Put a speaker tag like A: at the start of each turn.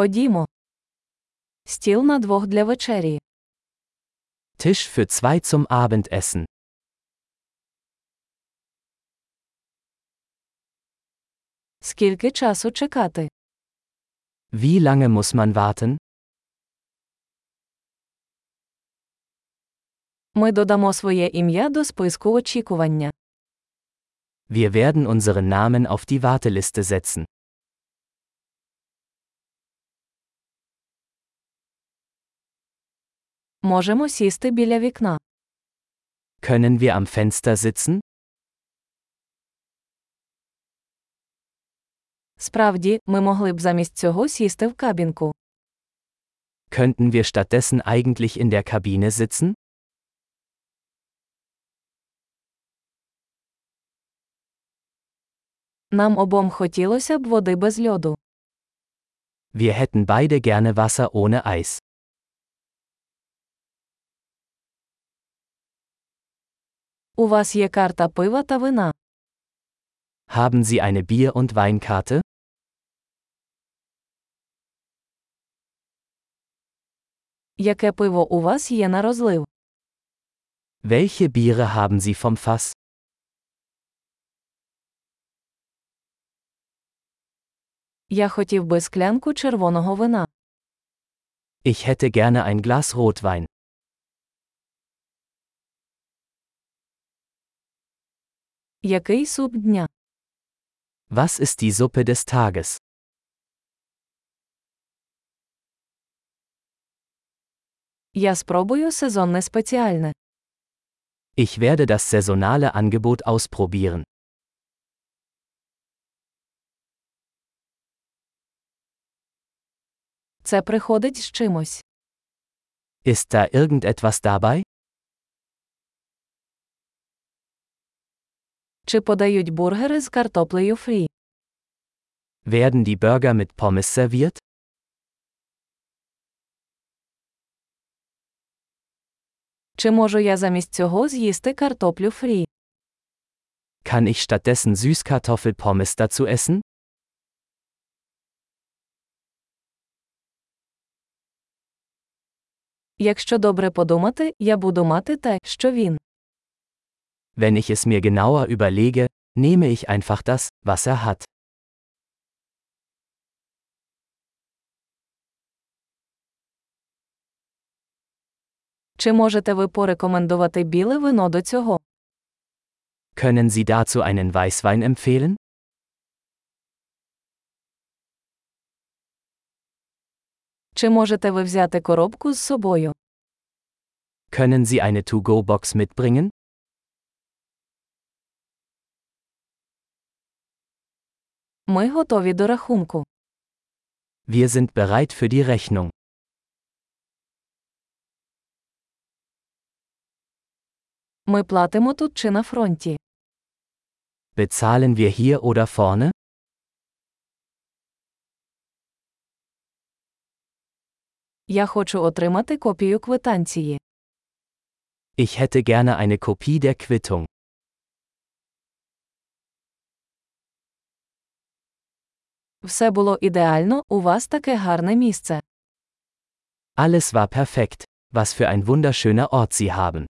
A: Ходімо. Стіл на двох для вечері.
B: Tisch für zwei zum Abendessen.
A: Скільки часу чекати?
B: Wie lange muss man warten?
A: Ми додамо своє ім'я до списку очікування.
B: Wir werden unseren Namen auf die Warteliste setzen.
A: Можемо сісти біля вікна.
B: Können wir am Fenster sitzen?
A: Справді, ми могли б замість цього сісти в кабінку.
B: Könnten wir stattdessen eigentlich in der Kabine sitzen?
A: Нам обом хотілося б води без льоду.
B: Wir hätten beide gerne Wasser ohne Eis.
A: У вас є карта пива та вина.
B: Haben Sie eine Bier- und Weinkarte?
A: Яке пиво у вас є на розлив?
B: Welche Biere haben Sie vom Fass?
A: Я хотів би склянку червоного вина.
B: Ich hätte gerne ein Glas Rotwein.
A: Який суп дня?
B: Was ist die Suppe des Tages?
A: Я спробую сезонне спеціальне.
B: Ich werde das saisonale Angebot ausprobieren.
A: Це приходить з чимось.
B: Ist da irgendetwas dabei?
A: Чи подають бургери з картоплею фрі?
B: Werden die Burger mit Pommes serviert?
A: Чи можу я замість цього з'їсти картоплю фрі?
B: Kann ich stattdessen Süßkartoffelpommes dazu essen?
A: Якщо добре подумати, я буду мати те, що він.
B: Wenn ich es mir genauer überlege, nehme ich einfach das, was er hat.
A: Чи можете ви порекомендувати біле вино до цього?
B: Können Sie dazu einen Weißwein empfehlen?
A: Чи можете ви взяти коробку з собою?
B: Können Sie eine To-Go-Box mitbringen?
A: Ми готові до рахунку.
B: Wir sind bereit für die Rechnung.
A: Ми платимо тут чи на фронті.
B: Bezahlen wir hier oder vorne?
A: Я хочу отримати копію квитанції.
B: Ich hätte gerne eine Kopie der Quittung.
A: Все було ідеально, у вас таке гарне місце.
B: Alles war perfekt. Was für ein wunderschöner Ort Sie haben.